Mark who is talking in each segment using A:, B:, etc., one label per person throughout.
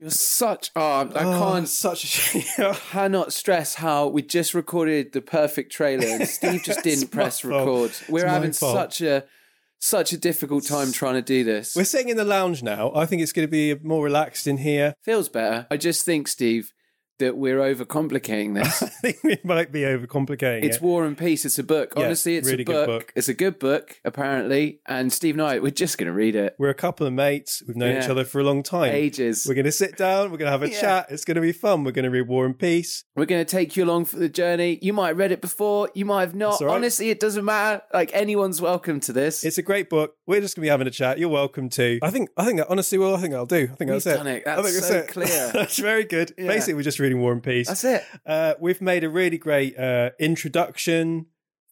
A: It was such. Oh, I
B: Oh,
A: can't.
B: Such a shame.
A: Cannot stress how we just recorded the perfect trailer and Steve just didn't
B: my
A: press
B: fault.
A: record. We're
B: my
A: having
B: fault.
A: such a such a difficult time trying to do this.
B: We're sitting in the lounge now. I think it's going to be more relaxed in here.
A: Feels better. I just think, Steve, that we're overcomplicating this.
B: I think we might be overcomplicating
A: It's
B: it.
A: War and Peace. It's a book.
B: Yeah,
A: Honestly, it's
B: really
A: a
B: good
A: book.
B: book.
A: It's a good book, apparently. And Steve and I, we're just going to read it.
B: We're a couple of mates. We've known each
A: Yeah.
B: other for a long time.
A: Ages.
B: We're going to sit down. We're going to have a
A: Yeah.
B: chat. It's going to be fun. We're going to read War and Peace.
A: We're going to take you along for the journey. You might have read it before. You might have not.
B: That's all right.
A: Honestly, it doesn't matter. Like anyone's welcome to this.
B: It's a great book. We're just going to be having a chat. You're welcome to. I think. I think that honestly, well, I think I'll do. I think that's
A: We've
B: it.
A: done it.
B: I think
A: That's so clear.
B: that's very good.
A: Yeah.
B: Basically, we're just reading War and Peace.
A: That's it.
B: Uh, we've made a really great uh, introduction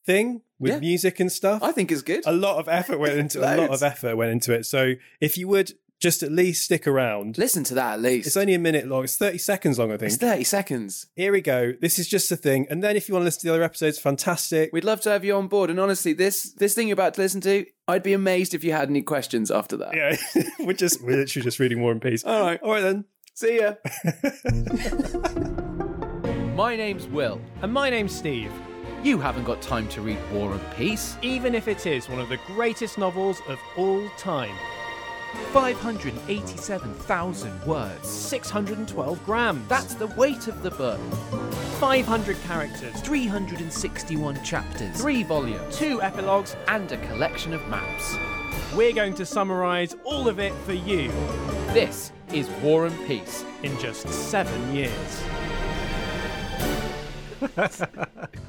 B: thing with
A: Yeah.
B: music and stuff.
A: I think it's good.
B: a lot of effort went into a lot
A: Loads.
B: of effort went into it. So if you would just at least stick around,
A: Listen to that at least. It's,
B: it's only a minute long. It's thirty seconds long, I think.
A: thirty seconds.
B: Here we go. This is just a thing. And then if you want to listen to the other episodes, fantastic.
A: We'd love to have you on board. And honestly, this this thing you're about to listen to, I'd be amazed if you had any questions after that.
B: yeah, we're just we're literally just reading War and Peace.
A: All right.
B: All right then.
A: See ya. My name's Will.
C: And my name's Steve,
A: You haven't got time to read War and Peace.
C: even if it is one of the greatest novels of all time.
A: 587,000 words.
C: 612 grams.
A: That's the weight of the book.
C: 500 characters,
A: 361 chapters, 3 volumes,
C: two epilogues.
A: and a collection of maps.
C: We're going to summarise all of it for you
A: This is War and Peace.
C: in just seven years.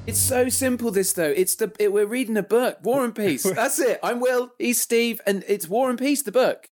A: It's so simple, this though. It's the it, we're reading a book, War and Peace. That's it. I'm Will. He's Steve, and it's War and Peace, the book.